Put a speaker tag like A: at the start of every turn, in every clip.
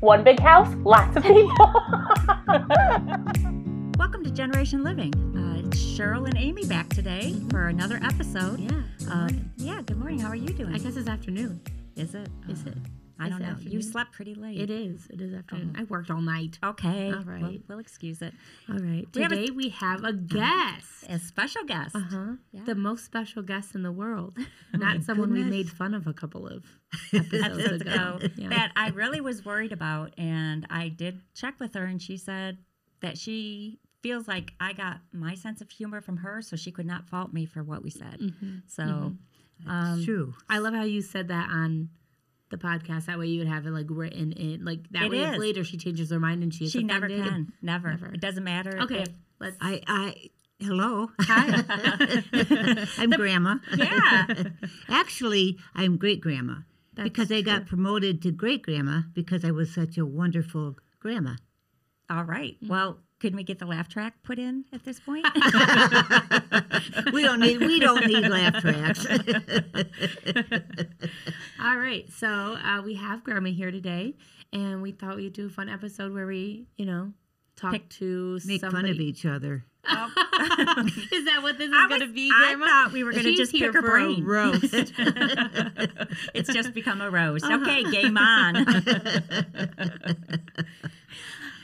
A: One big house, lots of people.
B: Welcome to Generation Living. Uh, it's Cheryl and Amy back today for another episode.
C: Yeah.
B: Uh,
C: morning.
B: yeah, good morning. How are you doing?
C: I guess it's afternoon.
B: Is it?
C: Is it?
B: I
C: Is
B: don't
C: it
B: know. You
C: afternoon?
B: slept pretty late.
C: It is. It is afternoon.
B: Uh-huh.
C: I worked all night.
B: Okay.
C: All
B: well,
C: right.
B: we'll excuse it.
C: All right.
B: We have a-
C: Today we have a guest.
B: A special guest.
C: Uh huh.
B: Yeah.
C: The most special guest in the world.
B: my
C: Not someone we made
B: goodness.
C: fun of a couple of
B: That's
C: episodes ago.
B: ago
C: Yeah.
B: that I really was worried about, and I did check with her, and she said that she feels like I got my sense of humor from her, so she could not fault me for what we said.
C: Mhm.
B: So,
C: Mhm.
B: um,
D: Shoo.
C: I love how you said that on the podcast. That way you would have it like written in. Like that
B: It
C: way if
B: is.
C: later she changes her mind and she is
B: she never
C: offended.
B: can, never.
C: Never.
B: It doesn't matter.
C: Okay.
B: if-
C: Let's.
D: I, I, hello.
B: Hi.
D: I'm Grandma.
B: yeah.
D: Actually, I'm Great Grandma
C: That's
D: because I got
C: true.
D: promoted to Great Grandma because I was such a wonderful grandma.
B: All right.
C: Mm-hmm.
B: Well, could we get the laugh track put in at this point?
D: we don't need we don't need laugh tracks.
C: All right, so uh, we have Grandma here today, and we thought we'd do a fun episode where we, you know, talk
B: Pick-
C: to
D: Make
C: somebody.
D: fun of each other.
B: Oh.
C: is that what this is
B: I
C: going to
B: was-
C: be,
B: I
C: Grandma?
B: thought we were going to
C: She's
B: just
C: here
B: pick her
C: for a
B: brain.
C: roast.
B: it's just become a roast.
C: Uh-huh.
B: Okay, game on.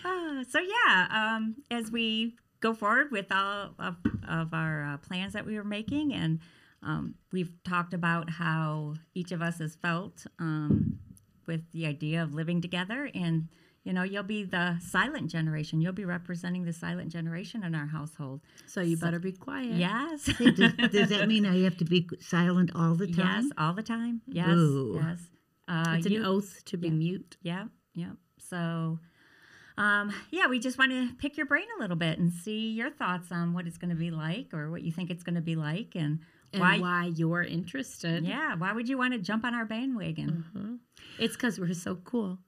B: Uh, so yeah, um, as we go forward with all of, of our uh, plans that we were making, and um, we've talked about how each of us has felt um, with the idea of living together, and you know, you'll be the silent generation. You'll be representing the silent generation in our household.
C: so you better be quiet.
B: Yes.
D: Say, does, does that mean I have to be silent all the time?
B: Yes, all the time. Yes,
D: Ooh.
B: yes. Uh,
C: it's an
B: you-
C: oath to be
B: yeah.
C: mute.
B: Yep, yep. So, um, yeah, we just want to pick your brain a little bit and see your thoughts on what it's going to be like, or what you think it's going to be like, and,
C: And
B: why.
C: why, you're interested?
B: Yeah, why would you want to jump on our bandwagon?
D: Mm.
C: Uh-huh. It's because we're so cool.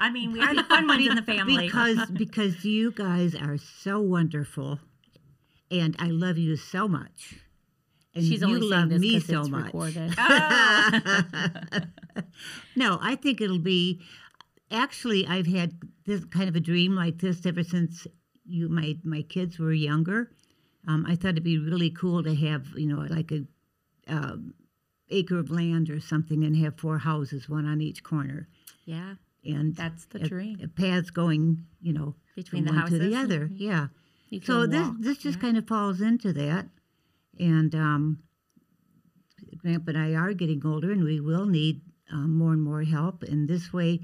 B: I mean, we are the fun ones in the family.
D: Because because you guys are so wonderful, and I love you so much. And
C: She's
D: you
C: only saying
D: love
C: this
D: me
C: 'cause
D: so
C: it's
D: much.
C: recorded.
B: Oh,
D: no, I think it'll be. Actually, I've had this kind of a dream like this ever since you my my kids were younger. Um, I thought it'd be really cool to have you know like a um, acre of land or something and have four houses, one on each corner,
B: yeah,
D: and
C: That's the
D: a-
C: dream.
D: a paths going you know
B: between the
D: from one
B: houses. Mm-hmm.
D: to the other. Yeah.
C: You
D: So
C: can
D: this
C: walk.
D: this just kind of falls into that, and um, Grandpa and I are getting older, and we will need um, more and more help. And this way,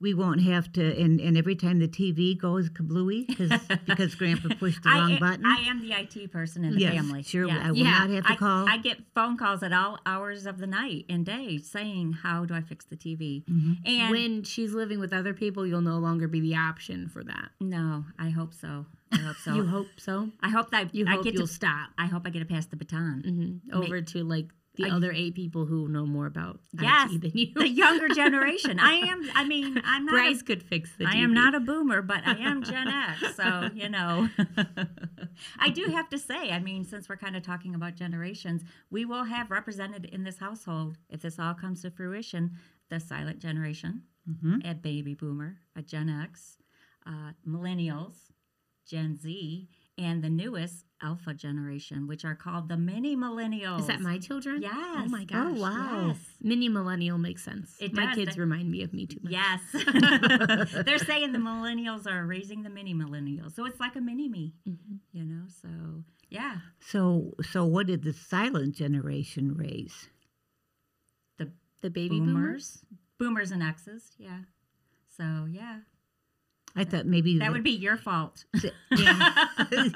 D: we won't have to. And, and every time the TV goes kablooey because because Grandpa pushed the
B: I,
D: wrong
B: a-
D: button.
B: I am the IT person in the
D: yes,
B: family.
D: sure.
B: Yes.
D: I will
C: Yeah,
D: not have to
B: I,
D: call.
B: I get phone calls at all hours of the night and day saying, "How do I fix the TV?"
D: Mhm.
B: And
C: when she's living with other people, you'll no longer be the option for that.
B: No, I hope so. I hope so.
C: You hope so.
B: I hope that
C: You
B: I
C: hope
B: get
C: you'll
B: to. Mm.
C: stop.
B: I hope I get to pass the baton.
C: hmm over to like
B: I-
C: the other eight people who know more about
B: Yes,
C: IT than you.
B: The younger generation. I am. I mean, I'm not.
C: Bryce
B: a-
C: could fix the.
B: I
C: TV.
B: am not a boomer, but I am Gen X. So you know, I do have to say. I mean, since we're kind of talking about generations, we will have represented in this household, if this all comes to fruition, the silent generation,
D: Mhm.
B: a baby boomer, a Gen X, uh, millennials, Gen Z, and the newest alpha generation, which are called the mini millennials.
C: Is that my children?
B: Yes.
C: Oh my gosh.
D: Oh, wow.
B: Yes.
C: Mini millennial makes sense.
B: It
C: my
B: does.
C: kids
B: They-
C: remind me of me too much.
B: Yes. They're saying the millennials are raising the mini millennials. So it's like a mini me,
C: Mhm.
B: you know? So, yeah,
D: so so what did the silent generation raise?
C: The baby boomers.
B: Boomers and X's, yeah. So, yeah.
D: I thought maybe
B: That would be your fault.
D: Yeah.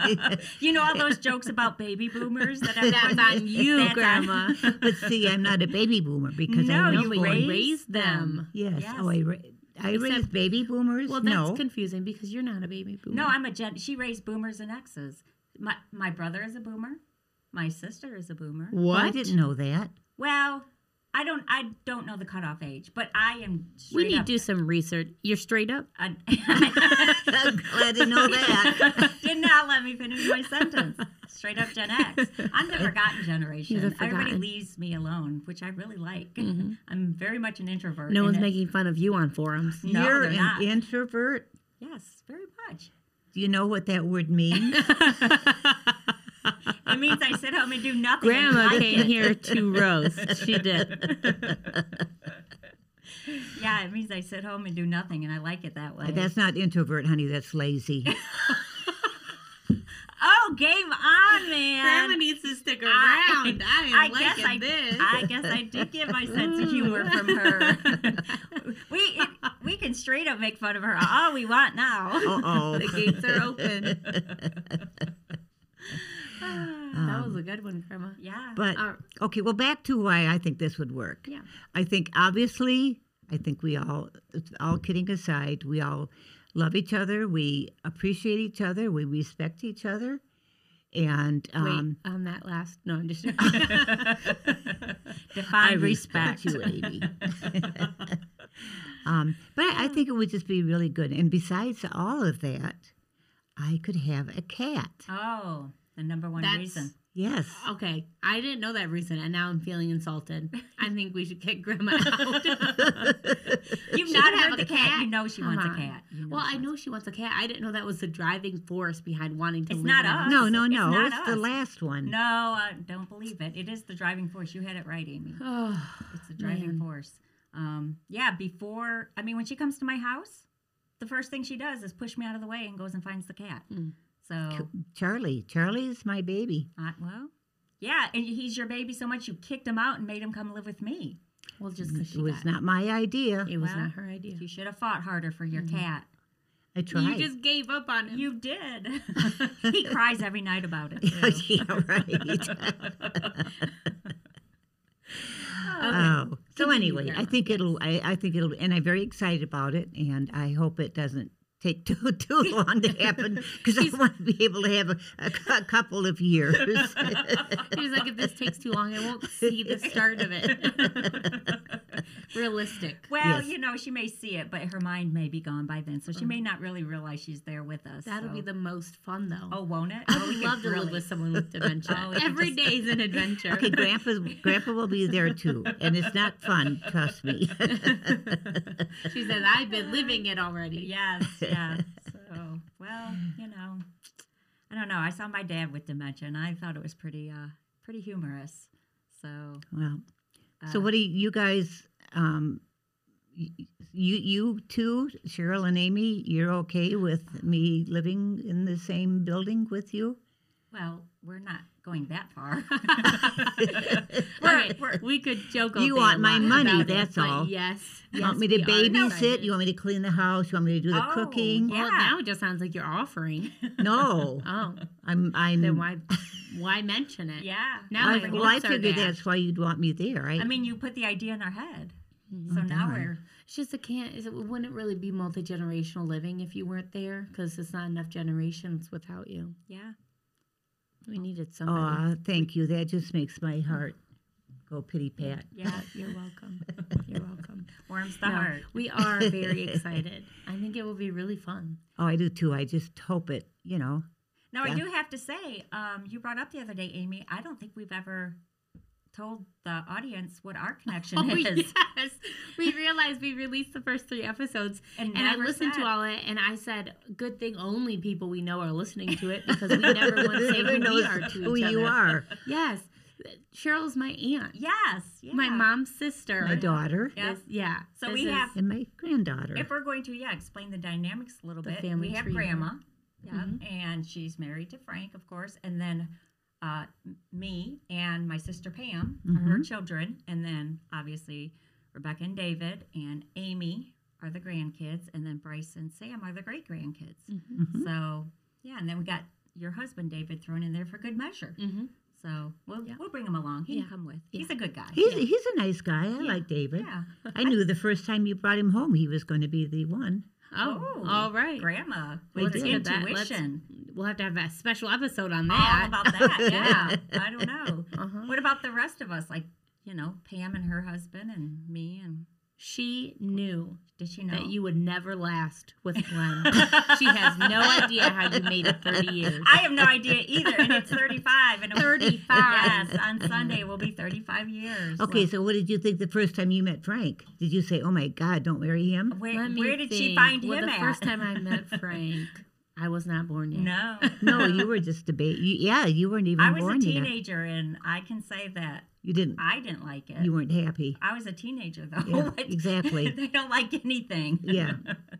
B: you know all those jokes about baby boomers that
C: That's
B: everyone
C: on you,
B: That's on-
C: Grandma.
D: But see, I'm not a baby boomer because
B: No,
D: I know
B: you
C: but
D: boomers.
B: raised
C: you raised them.
D: Yes.
B: Yes.
D: Oh, I, ra- I
C: Except-
D: raised baby boomers.
C: Well, that's
D: no.
C: confusing because you're not a baby boomer.
B: No, I'm a gen. She raised boomers and X's. My my brother is a boomer. My sister is a boomer.
D: Well,
C: what?
D: Oh, I didn't know that.
B: Well, I don't I don't know the cutoff age, but I am.
C: we
B: straight
C: need to
B: up
C: do some research. You're straight up.
B: a-
D: Glad to know that.
B: Did not let me finish my sentence. straight up Gen X. I'm the forgotten generation.
C: You're the
B: Everybody
C: forgotten.
B: leaves me alone, which I really like.
C: Mhm.
B: I'm very much an introvert.
C: No
B: and
C: one's
B: it-
C: making fun of you on forums.
B: No,
D: You're
B: they're
D: an
B: not.
D: introvert.
B: Yes, very much.
D: Do you know what that word means?
B: It means I sit home and do nothing. and
C: Grandma
B: like
C: came
B: it.
C: here to roast. She did.
B: Yeah, it means I sit home and do nothing, and I like it that way.
D: That's not introvert, honey. That's lazy.
B: oh, game on, man.
C: needs to stick
B: around. I,
C: I,
B: I guess I did get my sense of humor from her. we it, we can straight up make fun of her all we want now.
C: Oh.
D: Uh-oh.
C: the gates are open. that
D: Um,
C: was a good one, Grandma.
B: Yeah.
D: But
C: Uh,
D: okay, well, back to why I think this would work.
C: Yeah.
D: I think obviously, I think we all, all kidding aside, we all love each other. We appreciate each other. We respect each other, and um,
C: Wait, on that last. No, I'm just.
B: Define respect.
D: respect you, Amy. um, but I, I think it would just be really good. And besides all of that, I could have a cat.
C: Uh,
B: Oh, the number one
C: That's-
B: reason.
D: Yes.
C: Okay, I didn't know that reason, and now I'm feeling insulted. I think we should kick Grandma out.
B: You've
C: She
B: not
C: could
B: heard
C: have
B: the
C: a
B: cat.
C: cat.
B: You know she
C: Come
B: wants
C: on.
B: a cat. You
C: well,
B: she
C: I
B: wants-
C: know she wants a cat. I didn't know that was the driving force behind wanting to.
B: It's
C: leave
B: not
C: it
B: us.
C: alone.
D: No, no,
B: It's
D: no.
B: not
D: It's, the
B: us.
D: last one.
B: No, I don't believe it. It is the driving force. You had it right, Amy.
C: Oh,
B: It's the driving
C: Man.
B: force. Um, yeah, before, I mean, when she comes to my house, the first thing she does is push me out of the way and goes and finds the cat.
C: Mm.
B: So,
D: Charlie. Charlie's my baby.
B: uh, well, yeah, and he's your baby so much you kicked him out and made him come live with me.
C: well, just because she
D: it was
C: got
D: not my idea.
C: it. It was
B: Well,
C: not her idea.
B: You should have fought harder for
C: Mm-hmm.
B: your cat.
D: I
C: You
D: tried.
C: just gave up on him.
B: You did. he cries every night about it.
D: yeah,
B: too.
D: right.
C: Okay.
D: oh, so
C: Continue,
D: anyway, I
C: Grandma.
D: think it'll. I, I think it'll, and I'm very excited about it, and I hope it doesn't take too too long to happen because I want to be able to have a, a, cou- a couple of years.
C: She's like, if this takes too long, I won't see the start of it. Realistic.
B: Well,
D: Yes.
B: you know, she may see it, but her mind may be gone by then, so she may not really realize she's there with us.
C: Uh-huh. That'll
B: so-
C: be the most fun, though.
B: Oh, won't it?
C: I
B: Oh,
C: would
B: we could
C: love to live
B: really-
C: with someone with dementia.
B: Oh, we could
C: Every
B: just-
C: day is an adventure.
D: okay, Grandpa, Grandpa will be there too, and it's not fun. Trust me.
C: she says, I've been living it already.
B: Yes, yeah. So, well, you know, I don't know. I saw my dad with dementia, and I thought it was pretty, uh, pretty humorous. So,
D: well,
B: uh,
D: So what do you guys? Um, y- you you two, Cheryl and Amy, you're okay with me living in the same building with you?
B: Well, we're not going that far.
C: Okay, we could joke. all
D: You
C: day
D: want
C: a
D: my
C: lot
D: money,
C: about it,
D: that's
C: but
D: all.
C: Yes.
D: You want
C: yes,
D: me to
C: we are
D: babysit?
C: excited.
D: You want me to clean the house? You want me to do the
B: Oh,
D: cooking?
B: yeah.
C: Well, now it just sounds like you're offering.
D: No,
C: Oh,
D: I'm I'm.
C: then why, why mention it?
B: yeah.
C: Now
D: I,
C: my
D: well, I
C: hopes are
D: figured
C: dashed.
D: that's why you'd want me there, right?
B: I mean, you put the idea in our head.
C: Mhm.
B: So now
D: darn.
B: we're
C: It's just a can't. It wouldn't really be multi generational living if you weren't there, because it's not enough generations without you.
B: yeah.
C: We needed somebody.
D: oh, thank you. That just makes my heart go pity pat.
B: Yeah.
C: You're welcome. You're welcome.
B: Warms the
C: No,
B: heart.
C: we are very excited. I think it will be really fun.
D: Oh, I do too. I just hope it. You know,
B: Now
D: Yeah.
B: I do have to say, um, you brought up the other day, Amy. I don't think we've ever told the audience what our connection
C: Oh,
B: is.
C: yes. We realized we released the first three episodes
B: And,
C: and I
B: never
C: listened
B: said.
C: to all it and I said, good thing only people we know are listening to it because we never want to say
D: Never
C: who we
D: knows
C: are to
D: who
C: each
D: you
C: other.
D: are.
C: Yes. Cheryl's my aunt,
B: Yes. Yeah.
C: my mom's sister.
D: My daughter
B: Yeah.
C: This- yeah.
B: So
C: this
B: we
C: is-
B: have-
D: and my granddaughter.
B: If we're going to, yeah, explain the dynamics a little
C: The
B: bit.
C: family
B: We have
C: tree, Mm-hmm. right?
B: grandma, yeah, and she's married to Frank, of course, and then uh, m- me and my sister Pam are
C: Mm-hmm.
B: her children, and then obviously Rebecca and David and Amy are the grandkids, and then Bryce and Sam are the great grandkids.
C: Mm-hmm.
D: Mhm.
B: So yeah, and then we got your husband David thrown in there for good measure.
C: Mhm.
B: So we'll
C: Yeah.
B: we'll bring him along. He
C: Yeah.
B: can come with.
C: Yeah.
B: He's a good guy.
D: He's, he's a nice guy. I like David.
B: Yeah,
D: I knew the first time you brought him home, he was going to be the one.
C: Oh,
B: Oh,
C: all right.
B: grandma
D: We
B: with
D: did.
B: intuition.
C: That- let's- We'll have to have a special episode on that.
B: all about that. Yeah, I don't know.
C: Uh-huh.
B: What about the rest of us? Like, you know, Pam and her husband and me and
C: She knew
B: Did she know?
C: that you would never last with Glenn. she has no idea how you made it 30 years.
B: I have no idea either, and it's 35. And 35. Yes, on Sunday will be 35 years.
D: Okay, so what did you think the first time you met Frank? Did you say, "Oh my God, don't marry him"?
B: Where,
C: Let me
B: where did she
C: think.
B: find
C: well,
B: him
C: the
B: at?
C: first time I met Frank, I was not born yet.
B: no.
D: No, you were just a baby. Yeah, you weren't even
B: I was
D: born
B: a
D: yet.
B: teenager, and I can say that
D: You didn't.
B: I didn't like it.
D: You weren't happy.
B: I was a teenager, though.
D: Yeah,
B: Like,
D: exactly.
B: they don't like anything.
D: Yeah.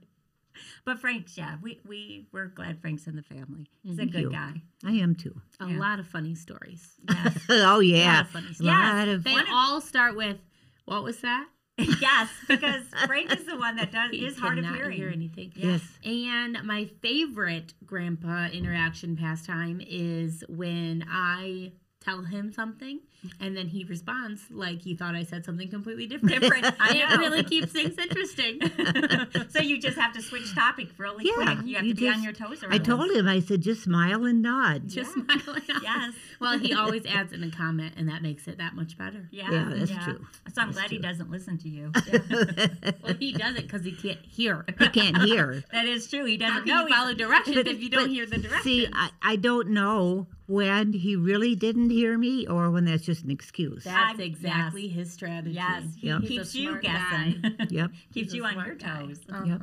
B: but Frank's, yeah, we, we, we're glad Frank's in the family. He's a
D: Mm-hmm. Thank
B: good
D: you.
B: guy.
D: I am too.
C: A
B: Yeah.
C: lot of funny stories.
B: Yes.
D: oh yeah,
C: funny
D: a
C: stories.
D: lot of
C: They all start with, what was that?
B: yes, because Frank is the one that does is hard of
C: cannot
B: hearing.
C: hear anything.
D: yes.
C: And my favorite grandpa interaction pastime is when I tell him something and then he responds like he thought I said something completely different.
B: Different. I
C: it
B: know.
C: really keeps things interesting.
B: so you just have to switch topic really
D: Yeah,
B: quick. You have
D: you
B: to be on
D: just-
B: your toes.
D: I
B: around
D: told
B: this.
D: him. I said, just smile and nod.
C: Just
B: Yeah.
C: smiling.
B: Yes.
C: Well, he always adds in a comment and that makes it that much better.
B: Yeah.
D: Yeah, that's true.
B: So I'm glad he doesn't listen to you. Yeah.
C: Well, he does it because he can't hear.
D: I can't hear.
B: that is true. He
C: How
B: doesn't
C: can
B: know.
C: you
B: he's-
C: follow directions
D: But-
C: if you don't
D: but
C: hear the directions?
D: See, I, I don't know when he really didn't hear me or when that's just an excuse.
C: That's
B: I-
C: exactly his strategy.
B: Yes. He
D: Yep.
C: He's a
B: keeps you
C: smart guy.
B: guessing.
D: yep.
B: keeps
C: He's a
B: you on
C: smart
B: your
C: guy.
B: toes.
D: Yep.
C: Uh-huh.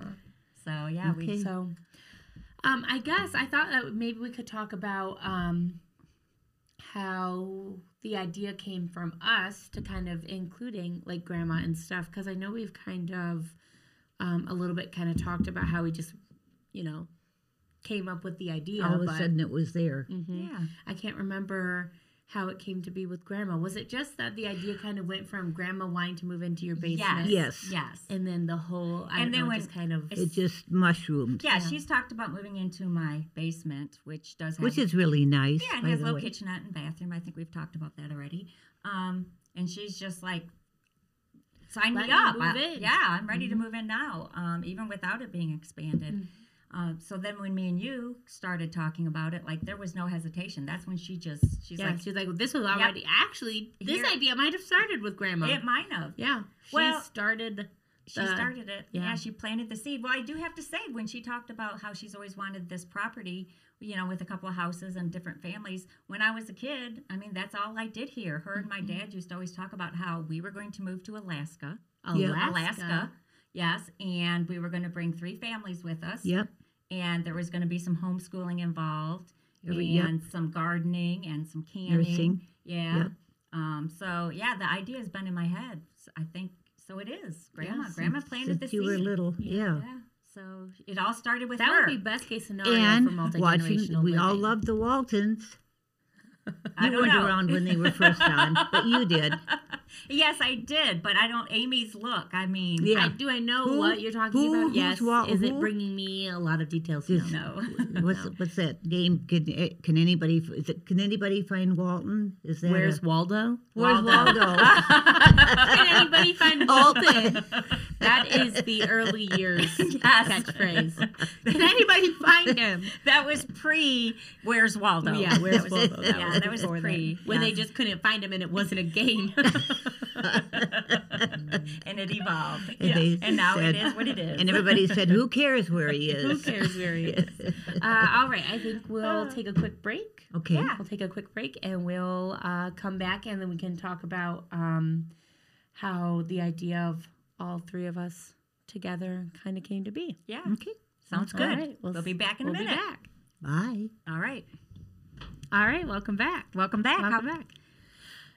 B: So yeah, we
D: Okay.
C: So, um, I guess I thought that maybe we could talk about um, how the idea came from us to kind of including like grandma and stuff because I know we've kind of um, a little bit kind of talked about how we just, you know, came up with the idea.
D: All of a
C: but-
D: sudden it was there.
C: Mhm.
B: yeah.
C: I can't remember how it came to be with grandma. Was it just that the idea kind of went from grandma wanting to move into your basement?
D: Yes.
B: Yes.
C: And then the whole, I
B: And
C: and
B: then
C: then know,
B: when-
C: just kind of.
D: It just mushroomed,
B: yeah,
C: Yeah.
B: she's talked about moving into my basement, which does have
D: which is really nice.
B: yeah, it
D: by
B: has a
D: the
B: little
D: way.
B: kitchenette and bathroom. I think we've talked about that already. Um, and she's just like, sign me
C: Let me
B: up.
C: move
B: I-
C: in." Mm-hmm.
B: Yeah, I'm ready to move in now, um, even without it being expanded.
C: Mm-hmm.
B: Um, so then when me and you started talking about it, like there was no hesitation. That's when she just she's
C: yeah,
B: like,
C: she was like, well, this was already. Actually, this
B: Here-
C: idea might have started with grandma.
B: it might have.
C: yeah.
B: Well-
C: she started.
B: She
D: Uh,
C: the-
B: started it. Yeah.
C: yeah.
B: she planted the seed. Well, I do have to say, when she talked about how she's always wanted this property, you know, with a couple of houses and different families, when I was a kid, I mean, that's all I did here. Her and my
D: Mm-hmm.
B: dad used to always talk about how we were going to move to Alaska.
D: Yeah.
C: Alaska.
B: Alaska. Yes. And we were going to bring three families with us.
D: Yep.
B: And there was going to be some homeschooling involved
D: Every- yep.
B: and some gardening and some canning.
D: Nursing.
B: Yeah.
D: Yep.
B: Um, so, yeah, the idea has been in my head. S- I think so. It is. Grandma.
C: Yes.
B: Grandma planted the
D: Since you were
B: seed.
D: little. Yeah.
B: Yeah. So it all started with
C: That
B: her.
C: would be best case scenario oh, for
D: And
C: multi
D: watching,
C: generational.
D: we all loved the Waltons.
B: I
D: you
B: don't
D: weren't
B: know.
D: around when they were first on, but you did.
B: yes, I did, but I don't. Amy's look. I mean,
D: Yeah.
C: I, do I know
D: Who-
C: what you're talking
D: who-
C: about?
D: who's
C: Yes.
D: wa-
C: Is it
D: who?
C: bringing me a lot of details?
D: Just-
C: No.
B: no.
D: What's what's that game? Can eh, can anybody is it, can anybody find Walton? Is that
C: Where's
D: a,
C: Waldo?
D: where's Waldo?
C: Can anybody find Walton? That is the early years catchphrase. Can anybody find him?
B: that was pre. Where's Waldo?
C: Yeah,
B: That
C: where's
B: was-
C: Waldo? That
B: yeah,
C: was
B: that was
C: before
B: pre.
C: then. When
B: yeah.
C: they just couldn't find him and it wasn't a game. Uh,
B: and it evolved.
D: And
B: yeah.
D: they
B: and now
D: said-
B: it is what it is.
D: and everybody said, "Who cares where he is?"
C: Who cares where he is? Uh, all right, I think we'll take a quick break.
D: Okay.
B: Yeah.
C: We'll take a quick break and we'll uh, come back and then we can talk about um, how the idea of all three of us together kind of came to be. Mm-hmm.
B: yeah,
D: Okay.
B: sounds
C: All
B: good.
C: right,
B: we'll,
C: we'll
B: be
C: s-
B: back in
C: we'll
B: a
C: be
B: minute.
C: back.
D: Bye.
B: All right,
C: All right, welcome back.
B: welcome back.
C: Welcome back.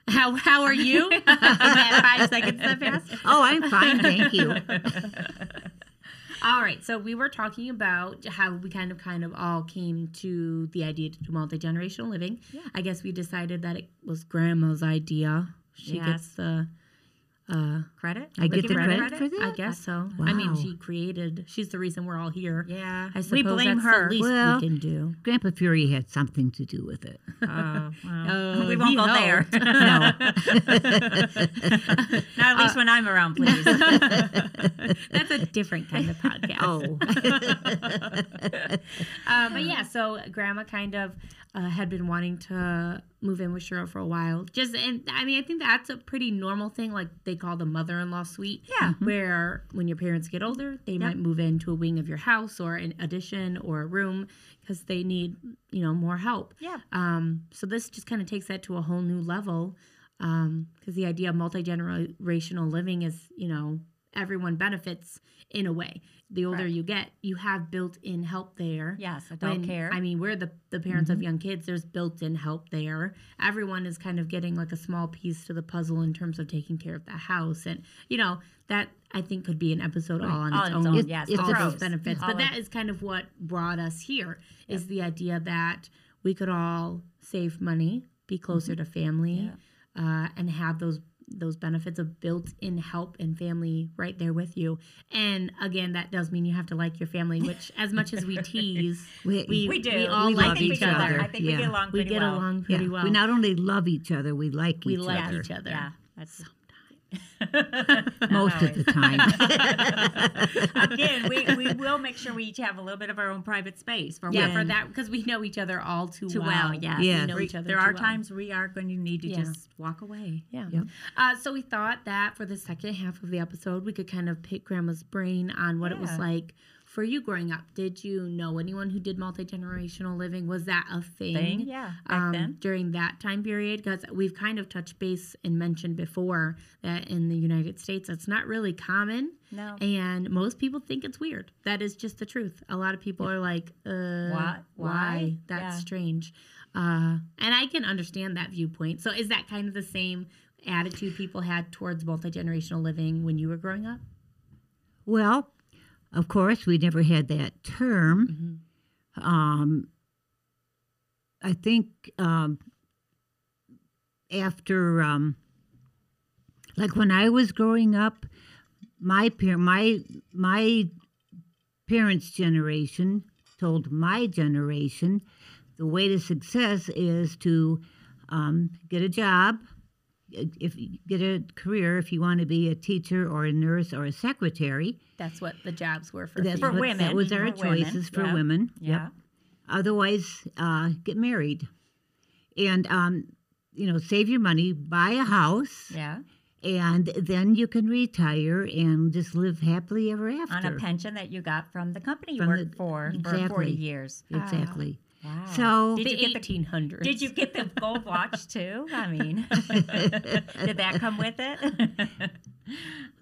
C: How how are you? Is that five seconds that fast?
D: Oh, I'm fine, thank you.
C: All right, so we were talking about how we kind of kind of all came to the idea to do multi generational living.
B: Yeah.
C: I guess we decided that it was grandma's idea. She
B: Yes.
C: gets the uh
B: Credit.
D: I
B: We
D: get the
B: give her
D: credit for that.
C: I guess so. I mean
D: Wow.
C: she created she's the reason we're all here.
B: Yeah,
C: I suppose
B: we blame
C: that's
B: her.
C: the least
D: Well-
C: we can do.
D: Grandpa Fury had something to do with it.
B: Oh, well.
C: Uh,
B: we won't
C: he
B: go
C: helped.
B: there.
D: No.
B: Not at least when I'm around, please.
C: That's a different kind of podcast.
D: oh.
C: Uh, but yeah, so grandma kind of uh, had been wanting to move in with Cheryl for a while. Just and I mean I think that's a pretty normal thing. Like they call the mother-in-law suite.
B: Yeah.
C: Where when your parents get older, they might move into a wing of your house or an addition or a room because they need you know more help.
B: Yeah.
C: Um, so this just kind of takes that to a whole new level because the idea of multi generational living is, you know, everyone benefits in a way. The older
B: Correct.
C: you get, you have built in help there.
B: Yes, adult
C: When-
B: care. Mm-hmm.
C: I mean, we're the, the parents of young kids, there's built in help there. Everyone is kind of getting like a small piece to the puzzle in terms of taking care of the house. And, you know, that I think could be an episode all on
B: All
C: its
B: on
C: own.
B: its own, yes,
D: it's
C: all
D: the
C: those
D: pros.
C: benefits.
B: All
C: But
B: of-
C: that is kind of what brought us here is the idea that we could all save money, be closer
B: Mm-hmm.
C: to family, uh, and have those those benefits of built-in help and family right there with you. And again, that does mean you have to like your family, which as much as we tease,
D: We-
C: we,
B: we do.
C: we all
D: We
C: like
D: love
B: think
C: each
B: we get along-
C: other.
B: I think we
D: Yeah.
B: get along
C: We
B: pretty
C: get
B: well.
C: along pretty
D: yeah.
C: well.
D: We not only love each other, we like
C: We
D: each
C: like
D: other.
C: each other.
B: Yeah, that's Not
D: Most of the
B: always.
D: time.
B: Again, we, we will make sure we each have a little bit of our own private space for
C: Yeah,
B: when-
C: for that because we know each other all too,
B: Too
C: well.
B: well, yes.
D: Yes.
C: we know
B: We-
C: each other.
B: there
C: too
B: are
C: well.
B: times we are going to need to
C: Yeah.
B: just walk away.
C: Yeah.
D: Yep.
C: Uh, so we thought that for the second half of the episode, we could kind of pick Grandma's brain on what it was
B: Yeah.
C: like for you growing up. Did you know anyone who did multi generational living? Was that a thing?
B: Thing, yeah, back
C: um,
B: then.
C: during that time period, because we've kind of touched base and mentioned before that in the United States, it's not really common.
B: No.
C: And most people think it's weird. That is just the truth. A lot of people are like, uh,
B: Why- why?
C: That's
B: Yeah.
C: strange. Uh, and I can understand that viewpoint. So is that kind of the same attitude people had towards multi generational living when you were growing up?
D: Well, of course, we never had that term.
B: Mm-hmm.
D: Um, I think um, after, um, like when I was growing up, my par- my my parents' generation told my generation the way to success is to um, get a job, if get a career if you want to be a teacher or a nurse or a secretary.
C: That's what the jobs were for.
D: That's
C: people.
D: what-
B: women,
D: That was our
B: for women,
D: choices for
B: yeah.
D: women.
B: Yeah.
D: Otherwise, uh, get married, and um, you know, save your money, buy a house,
B: Yeah.
D: and then you can retire and just live happily ever after.
B: On a pension that you got from the company you
D: From
B: worked
D: the-
B: for for 40
D: exactly.
B: years.
D: Exactly.
B: Wow.
D: So
B: Did
C: the
B: you get the-
C: 1800s.
B: Did you get the gold watch too? I mean, did that come with it?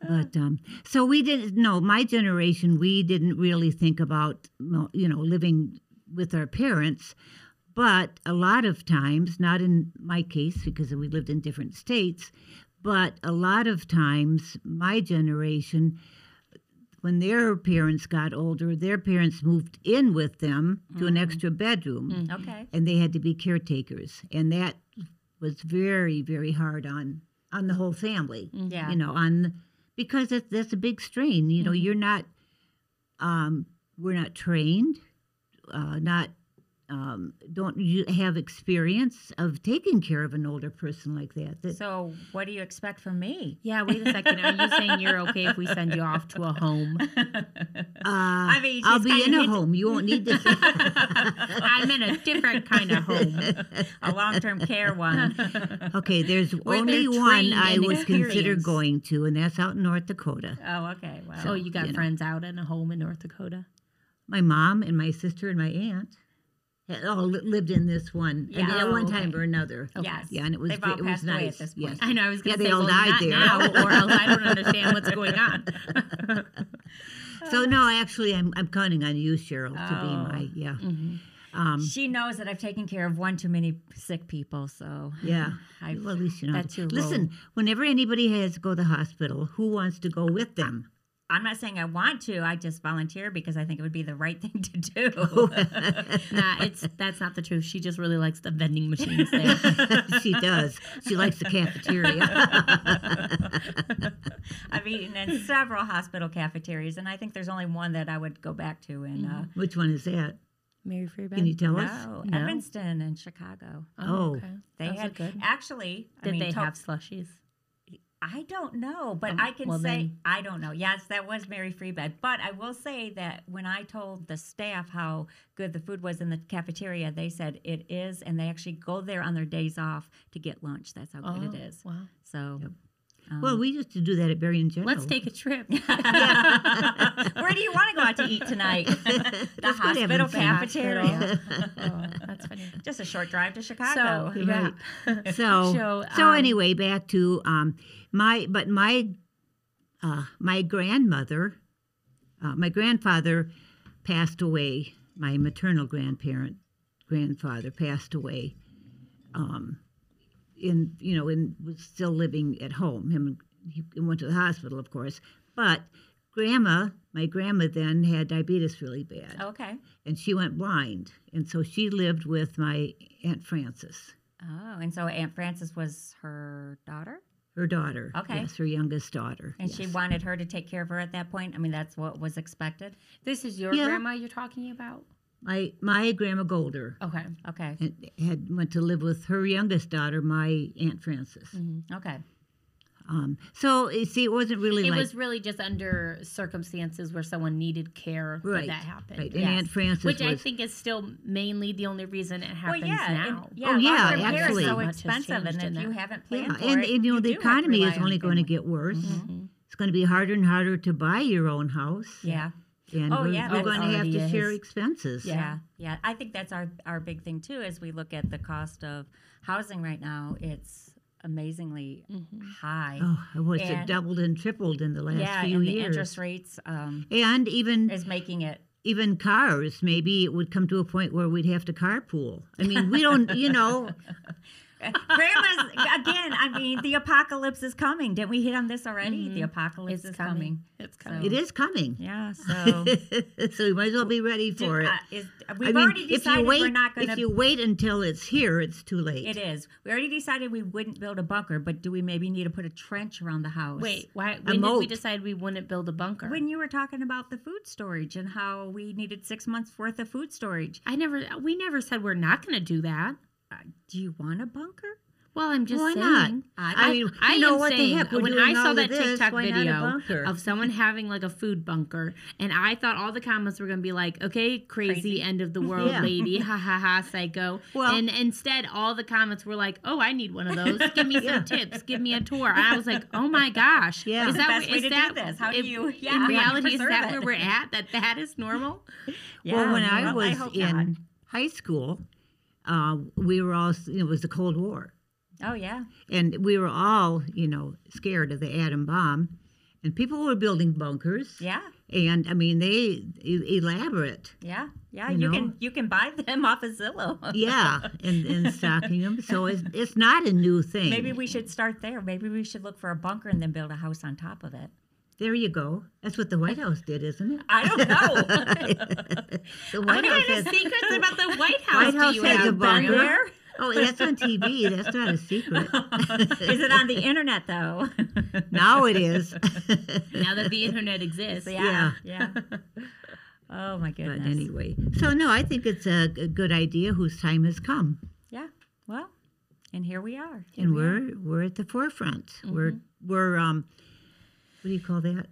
D: But um, so we didn't. No, my generation, we didn't really think about well, you know living with our parents. But a lot of times, not in my case because we lived in different states, but a lot of times, my generation, when their parents got older, their parents moved in with them to an extra bedroom,
C: Mm.
B: okay.
D: and they had to be caretakers, and that was very, very hard on on the whole family
B: Yeah.
D: Mm-hmm.
B: Mm-hmm.
D: you know on because it's that's a big strain you know you're not um we're not trained uh not um don't you have experience of taking care of an older person like that, that
B: So, what do you expect from me?
C: Yeah, wait a second. Are you saying you're okay if we send you off to a home?
D: uh,
B: I mean,
D: i'll
B: she's
D: be
B: kinda
D: in a
B: hint-
D: home you won't need this
C: I'm in a different kind of home.
B: a long-term care one.
D: okay there's
C: they're
D: only one
C: trained
D: i
C: and
D: would consider
C: experienced.
D: going to and that's out in north dakota
B: oh, okay. Well,
C: Oh, you got
D: you know.
C: friends out in a home in North Dakota?
D: my mom and my sister and my aunt had all li- lived in this one
B: Yeah.
D: and at
C: Oh,
D: one time
C: okay.
D: or another
B: Yes.
D: yeah and it was
B: They've
D: ve-
B: all
D: it was
B: passed away at
D: nice
B: this
D: yes
B: point.
C: I know. I was
D: Yeah,
C: going to
D: they
C: say,
D: all
C: well,
D: died
C: not
D: there.
C: now, or else I don't understand what's going on.
D: So no, actually, I'm I'm counting on you, Cheryl, to be
B: Oh.
D: my yeah, um,
B: she knows that I've taken care of one too many sick people, so
D: yeah.
B: I
D: well, at least you know.
C: that's your
D: Listen, whenever anybody has to go to the hospital, who wants to go with them?
B: I'm not saying I want to. I just volunteer because I think it would be the right thing to do.
C: nah, it's that's not the truth. She just really likes the vending machines there.
D: she does. She likes the cafeteria.
B: I've eaten in several hospital cafeterias, and I think there's only one that I would go back to in uh,
D: Which one is that?
C: Mary Freeman.
D: Can you tell us?
B: no,
C: Oh, No.
B: Evanston and Chicago.
D: Oh.
B: They
C: Those are
B: had
C: good.
B: actually. I
C: Did
B: mean,
C: they
B: to-
C: have slushies?
B: I don't know, but
C: Um,
B: I can
C: well
B: say
C: then-
B: I don't know. Yes, that was Mary Freebed, but I will say that when I told the staff how good the food was in the cafeteria, they said it is, and they actually go there on their days off to get lunch. That's how good it is.
C: Oh, Wow.
B: So, um,
D: Well, we used to do that at Berrien General.
C: Let's take a trip. Oh,
B: where do you want to go out to eat tonight? the
D: Let's go to
B: hospital
D: Evanston.
B: cafeteria.
C: oh, that's funny.
B: Just a short drive to Chicago.
C: So, yeah.
D: so
C: So,
D: Oh. so,
C: um,
D: anyway back to um my but my uh my grandmother uh, my grandfather passed away my maternal grandparent grandfather passed away um in you know and was still living at home him he went to the hospital of course but grandma my grandma then had diabetes really bad
B: okay.
D: and she went blind and so she lived with my aunt frances
B: Oh, and so Aunt Frances was her daughter,
D: her daughter.
B: Okay.
D: Yes, her youngest daughter.
B: and she
D: yes.
B: wanted her to take care of her at that point. I mean, that's what was expected.
C: This is your
D: Yeah.
C: grandma you're talking about?
D: my my grandma Golder
B: Oh.
C: Okay.
B: Okay.
D: had, had went to live with her youngest daughter, my aunt Frances.
B: Okay.
D: Um, so you see, it wasn't really
C: It
D: like
C: was really just under circumstances where someone needed care that
D: right
C: that happened.
D: Right. And
B: yes.
D: Aunt Frances
C: Which I
D: was
C: think is still mainly the only reason it happens
B: well, yeah, and-
C: now.
B: yeah,
D: Oh, yeah,
B: long-term care
D: absolutely.
B: is so
C: Much has
B: expensive, and
C: changed in
B: if you
C: that.
B: haven't
D: yeah,
B: planned for
D: and,
B: it,
D: and you know the
B: do have to
D: economy
B: rely
D: is
B: on
D: only going to
B: family. Mm-hmm.
D: get worse.
C: Mhm.
D: It's going to be harder and harder to buy your own house.
B: Yeah,
D: And
B: Oh,
D: we're,
B: yeah,
D: we're
B: that
D: going to have
C: already
D: to share
C: is.
D: expenses.
B: yeah,
C: Yeah.
B: yeah, I think that's our our big thing too. As we look at the cost of housing right now, it's amazingly
C: mm-hmm.
B: high.
D: Oh, was it
B: And-
D: doubled and tripled in the last
B: yeah,
D: few
B: and the
D: years?
B: interest rates um,
D: and even
B: is making it.
D: even cars, maybe it would come to a point where we'd have to carpool. I mean, we don't, you know,
B: Grandma's again. I mean, the apocalypse is coming. Didn't we hit on this already?
D: Mm-hmm.
B: The apocalypse
C: It's
B: is
C: coming.
B: coming.
C: It's
B: So-
C: coming.
D: it is coming.
B: Yeah. So.
D: so we might as well be ready
B: Do-
D: for it.
B: uh, is- we've
D: I mean,
B: already decided
D: if you wait,
B: we're not going
D: if
B: to
D: you wait until it's here, it's too late.
B: It is. We already decided we wouldn't build a bunker, but do we maybe need to put a trench around the house?
C: Wait, why? When did we
D: moat.
C: decide we wouldn't build a bunker?
B: When you were talking about the food storage and how we needed six months worth of food storage,
C: I never. We never said we're not going to do that.
B: uh, do you want a bunker?
C: Well, I'm just
D: Why not?
C: saying.
D: I mean,
C: I
D: you know
C: am
D: what the
C: saying,
D: heck? We're
C: when
D: doing
C: I saw
D: all
C: that
D: of this,
C: TikTok
D: why not a
C: video
D: bunker?
C: of someone having like a food bunker, and I thought all the comments were going to be like, "Okay, crazy,
B: Crazy.
C: end of the world
D: Yeah.
C: lady, ha ha ha, psycho."
D: Well-
C: and instead, all the comments were like, "Oh, I need one of those. Give me some
D: Yeah.
C: tips. Give me a tour." And I was like, "Oh my gosh,
D: Yeah. What's
C: Is
D: the
C: that
B: best way
C: is
B: to do
C: that
B: this? How do
C: if-
B: you-
C: in
B: yeah,
C: reality, is
B: preserve
C: that
B: it?
C: where we're at? That that is normal?
D: well, when I
B: well,
D: was
B: hope
D: in
B: not.
D: high school, uh, we were all, it was the Cold War.
B: Oh, yeah.
D: And we were all, you know, scared of the atom bomb. And people were building bunkers.
B: Yeah.
D: And I mean, they e- elaborate.
B: Yeah. Yeah.
D: You
B: You,
D: know?
B: can you can buy them off of Zillow.
D: yeah, and, and stocking them. So it's, it's not a new thing.
B: Maybe we should start there. Maybe we should look for a bunker and then build a house on top of it.
D: there you go. That's what the White House did, isn't it?
B: I don't know.
D: The White
C: What
D: House
C: kind
D: has.
C: of secrets about the White House
D: White
C: do
D: House
C: you
D: has a
C: have?
B: been
D: bunker.
B: there?
D: Oh, that's on TV. That's not a secret.
B: Is it on the internet though?
D: Now it is.
C: Now that the internet exists,
B: yeah. Yeah. Oh my
D: but
B: goodness.
D: anyway, so no, I think it's a, a good idea whose time has come,
B: Yeah. Well, and here we are.
D: and we're we're at the forefront. We're
B: Mm-hmm.
D: we're um, what do you call that?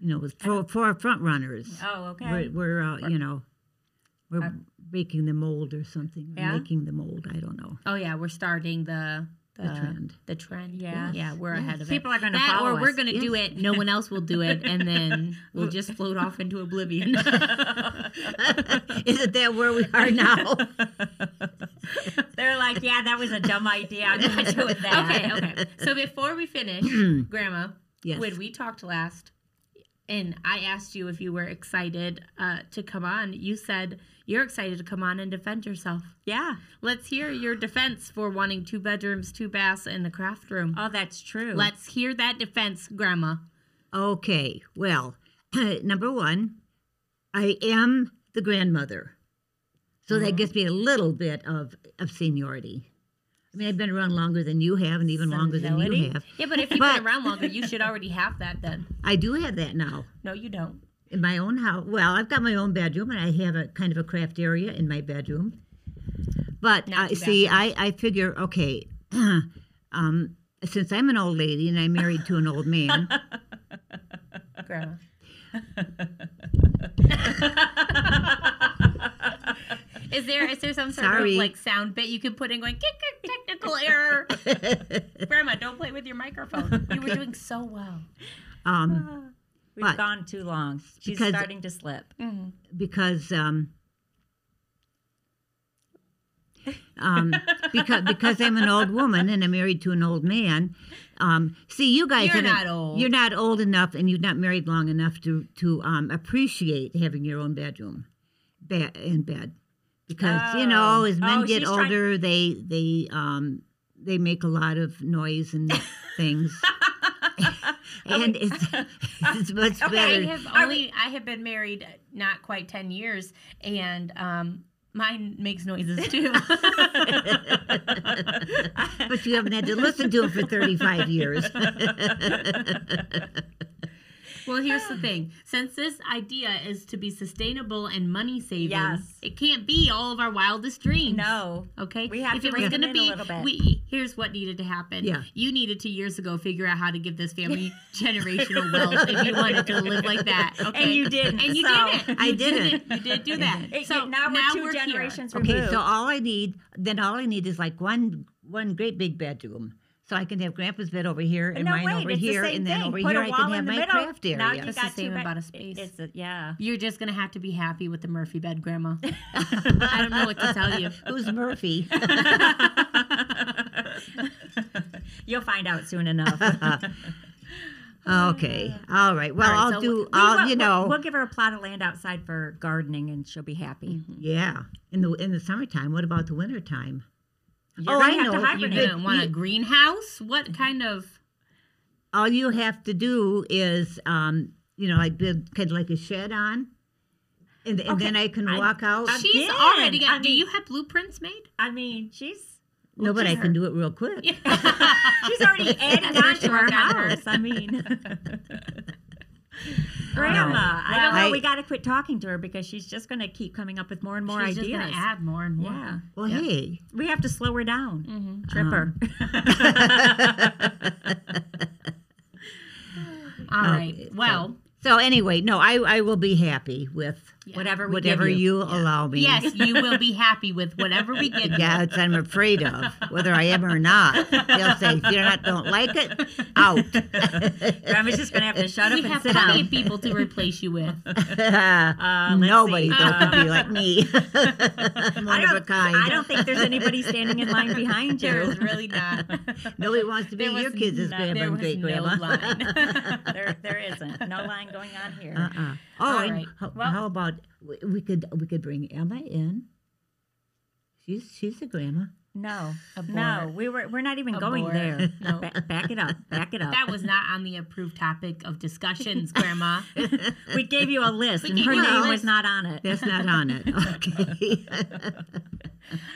D: You know, with for, forefront runners.
B: Oh, okay.
D: We're, we're uh, you know, we're breaking the mold or something. or
B: Yeah?
D: Making the mold. I don't know.
C: Oh yeah, we're starting the the,
D: trend.
C: The trend.
B: Yes.
C: yeah, we're ahead of
B: People
C: it.
B: are gonna
C: that, or
B: follow
C: we're
B: us.
C: gonna do it. No one else will do it, and then we'll just float off into oblivion.
D: Isn't that where we are now?
B: They're like, yeah, that was a dumb idea. I'm going to do it that.
C: okay, okay. So before we finish, Grandma,
D: Yes.
C: when we talked last, and I asked you if you were excited uh, to come on, you said you're excited to come on and defend yourself.
B: Yeah.
C: Let's hear your defense for wanting two bedrooms, two baths, and a craft room.
B: Oh, that's true.
C: Let's hear that defense, Grandma.
D: Okay, well, number one, I am the grandmother. So that gives me a little bit of, of seniority. I mean, I've been around longer than you have, and even longer than
B: Senility?
D: you have.
C: Yeah, but if you've
D: But-
C: been around longer, you should already have that then.
D: I do have that now
C: No, you don't.
D: in my own house. Well, I've got my own bedroom, and I have a kind of a craft area in my bedroom. But
C: Not
D: I
C: too
D: see, I, I figure, okay, um, since I'm an old lady and I'm married to an old man,
C: Grandma.
E: Is there is there some sort
D: Sorry.
E: of like sound bit you could put in going "Kick, kick, technical error? Grandma, don't play with your microphone.
C: You were doing so well.
D: um,
B: We've
D: But-
B: gone too long. She's
D: Because-
B: starting to slip.
D: Mm. because um, um, because because I'm an old woman and I'm married to an old man. Um, see, you guys
E: You're
D: haven't-
E: not old.
D: You're not old enough, and you've not married long enough to to um, appreciate having your own bedroom, bed and bed, because you know
B: Oh.
D: as
B: Oh,
D: men get
B: she's trying-
D: older, they they um, they make a lot of noise and things. and it's, it's much
E: I
D: better.
E: have only I have been married uh, not quite ten years, and um, mine makes noises too.
D: but you haven't had to listen to him for 35 years.
C: Well, here's the thing. Since this idea is to be sustainable and money saving,
B: Yes.
C: it can't be all of our wildest dreams.
B: No.
C: Okay.
B: We have
C: if
B: to
C: it was
B: rein
C: going
B: it in a
C: be,
B: little bit.
C: we here's what needed to happen.
D: Yeah.
C: You needed to years ago figure out how to give this family generational wealth if you wanted to live like that. Okay.
B: And you didn't.
C: And you
B: so-
C: did it.
D: I
C: You
D: didn't.
C: You did do that.
B: It-
C: so
B: now we're two
C: here.
B: generations
D: okay,
B: removed.
D: so all I need, then all I need is like one one great big bedroom. So I can have Grandpa's bed over here and
B: no,
D: mine
B: wait,
D: over
B: it's the
D: here,
B: same
D: and then
B: thing.
D: over
B: Put a
D: here I
B: wall
D: can
B: in
D: have
B: the
D: my
B: middle.
D: craft area.
B: Now you
C: That's the
B: got
C: same
B: two
C: amount of
B: bed-
C: space.
B: It's a, yeah.
C: You're just gonna have to be happy with the Murphy bed, Grandma. I don't know what to tell you.
D: Who's Murphy?
B: You'll find out soon enough.
D: okay, all right. Well,
C: All right,
D: I'll
C: so
D: do.
C: we
D: I'll
B: We'll- we'll-
D: you know.
B: We'll give her a plot of land outside for gardening and she'll be happy.
D: yeah, in the in the summertime. What about the wintertime?
B: You're
D: Oh,
B: gonna
D: I
B: have to
D: know. You
C: You're
B: hibernate.
D: did-
C: gonna want a greenhouse? What kind of?
D: all you have to do is, um, you know, like build kind of like a shed on, and, and then I can walk out.
B: I'm-
C: She's
B: Again,
C: already got.
B: I
C: do
B: mean-
C: you have blueprints made?
B: I mean, she's
D: no, but I can do it real quick.
B: she's already adding on to our
C: work on her.
B: house. I mean, Grandma, I don't know.
D: Well,
B: we
D: I-
B: got to quit talking to her because she's just going to keep coming up with more and more
C: She's just
B: ideas.
C: gonna add more and more. Mm-hmm.
B: Yeah.
D: Well, hey,
B: We have to slow her down. Trip her. Um.
C: All right. Well,
D: so anyway, no, I I will be happy with
B: Whatever we
D: whatever
B: give you.
D: you, allow me.
C: yes, you will be happy with whatever we get. you.
D: Yes, I'm afraid of whether I am or not. They'll say if you're not don't like it, out.
B: Grandma's just going to have to shut
C: We
B: up and
C: have
B: sit
C: plenty
B: down.
C: of people to replace you with.
B: Uh, let's
D: Nobody
B: see. Uh,
D: that could be like me. I'm
B: I
D: One of a
B: don't,
D: kind.
B: I don't think there's anybody standing in line behind
C: There
B: you.
C: is really not.
D: Nobody wants to be
C: There was
D: your kids' as
C: no-
D: grandma
C: there
D: and
C: was
D: great
C: no
D: grandma.
C: line.
B: there, there isn't. No line going on here.
D: Uh-uh. Oh,
C: All
D: and
C: right.
D: how,
C: Well-
D: how about we- we could we could bring Emma in. She's she's a grandma.
B: No,
C: Abort.
B: no, we were we're not even going
C: Abort.
B: there.
C: No.
B: Ba- back it up, back it up.
C: That was not on the approved topic of discussions, Grandma.
B: we gave you a list, and
C: gave
B: her
C: you a
B: name
C: list.
B: was not on it.
D: That's not on it. Okay.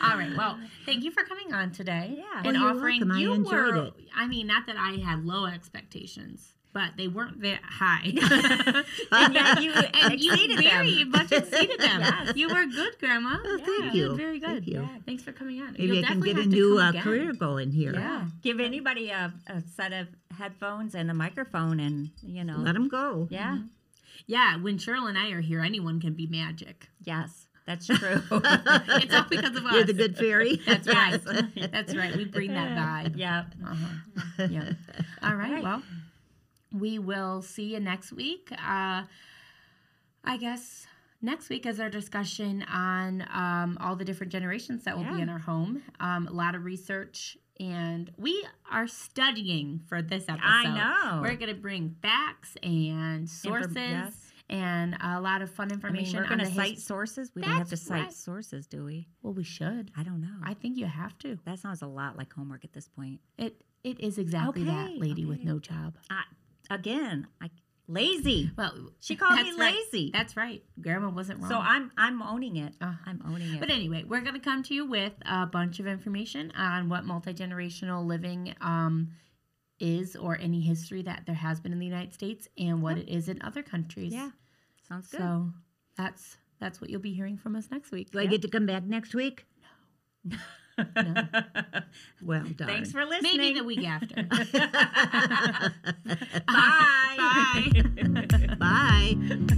C: All right. Well, thank you for coming on today.
B: Yeah.
C: And
D: Well, you're
C: offering
D: welcome. I
C: you
D: enjoyed
C: were
D: it.
C: I mean, not that I had low expectations, but they weren't that high.
B: and yet you
C: and you
B: exceeded
C: very
B: them.
C: much exceeded them. You were good, Grandma.
D: Oh, thank
C: did
D: you.
C: very good.
D: Thank you.
C: Yeah. Thanks for coming on.
D: Maybe
C: You'll
D: I can
C: definitely
D: get a
C: have to
D: new
C: come
D: uh,
C: again.
D: career going here.
B: Yeah. Give anybody a, a set of headphones and a microphone, and you know,
D: Let them go.
B: yeah,
C: Mhm. Yeah, when Cheryl and I are here, anyone can be magic.
B: yes, that's true.
C: It's all because of us.
D: You're the good fairy.
C: That's right. That's right. We bring that vibe.
B: yeah.
C: Uh-huh. Yeah. All right.
B: right.
C: Well, we will see you next week. Uh, I guess next week is our discussion on um, all the different generations that will be
B: Yeah.
C: in our home. Um, a lot of research, and we are studying for this episode.
B: I know.
C: We're going to bring facts and sources
B: yes.
C: and a lot of fun
B: I mean,
C: information.
B: we're
C: on
B: going to
C: the
B: cite
C: his-
B: sources. We don't have to
C: That's
B: cite
C: right.
B: sources, do we?
C: well, we should.
B: I don't know.
C: I think you have to.
B: that sounds a lot like homework at this point.
C: It it is exactly that
B: Okay,
C: lady with
B: okay.
C: no job.
B: I, again, I lazy.
C: Well,
B: She called me
C: that's right.
B: lazy.
C: That's right. Grandma wasn't wrong.
B: So I'm I'm owning it.
C: Uh,
B: I'm owning it.
C: But anyway, we're going to come to you with a bunch of information on what multi generational living um, is or any history that there has been in the United States and what it is in other countries.
B: yeah, sounds good.
C: So that's that's what you'll be hearing from us next week.
D: Do I get to come back next week? Well, darn.
B: Thanks for listening.
C: Maybe the week after.
B: Bye.
D: Bye.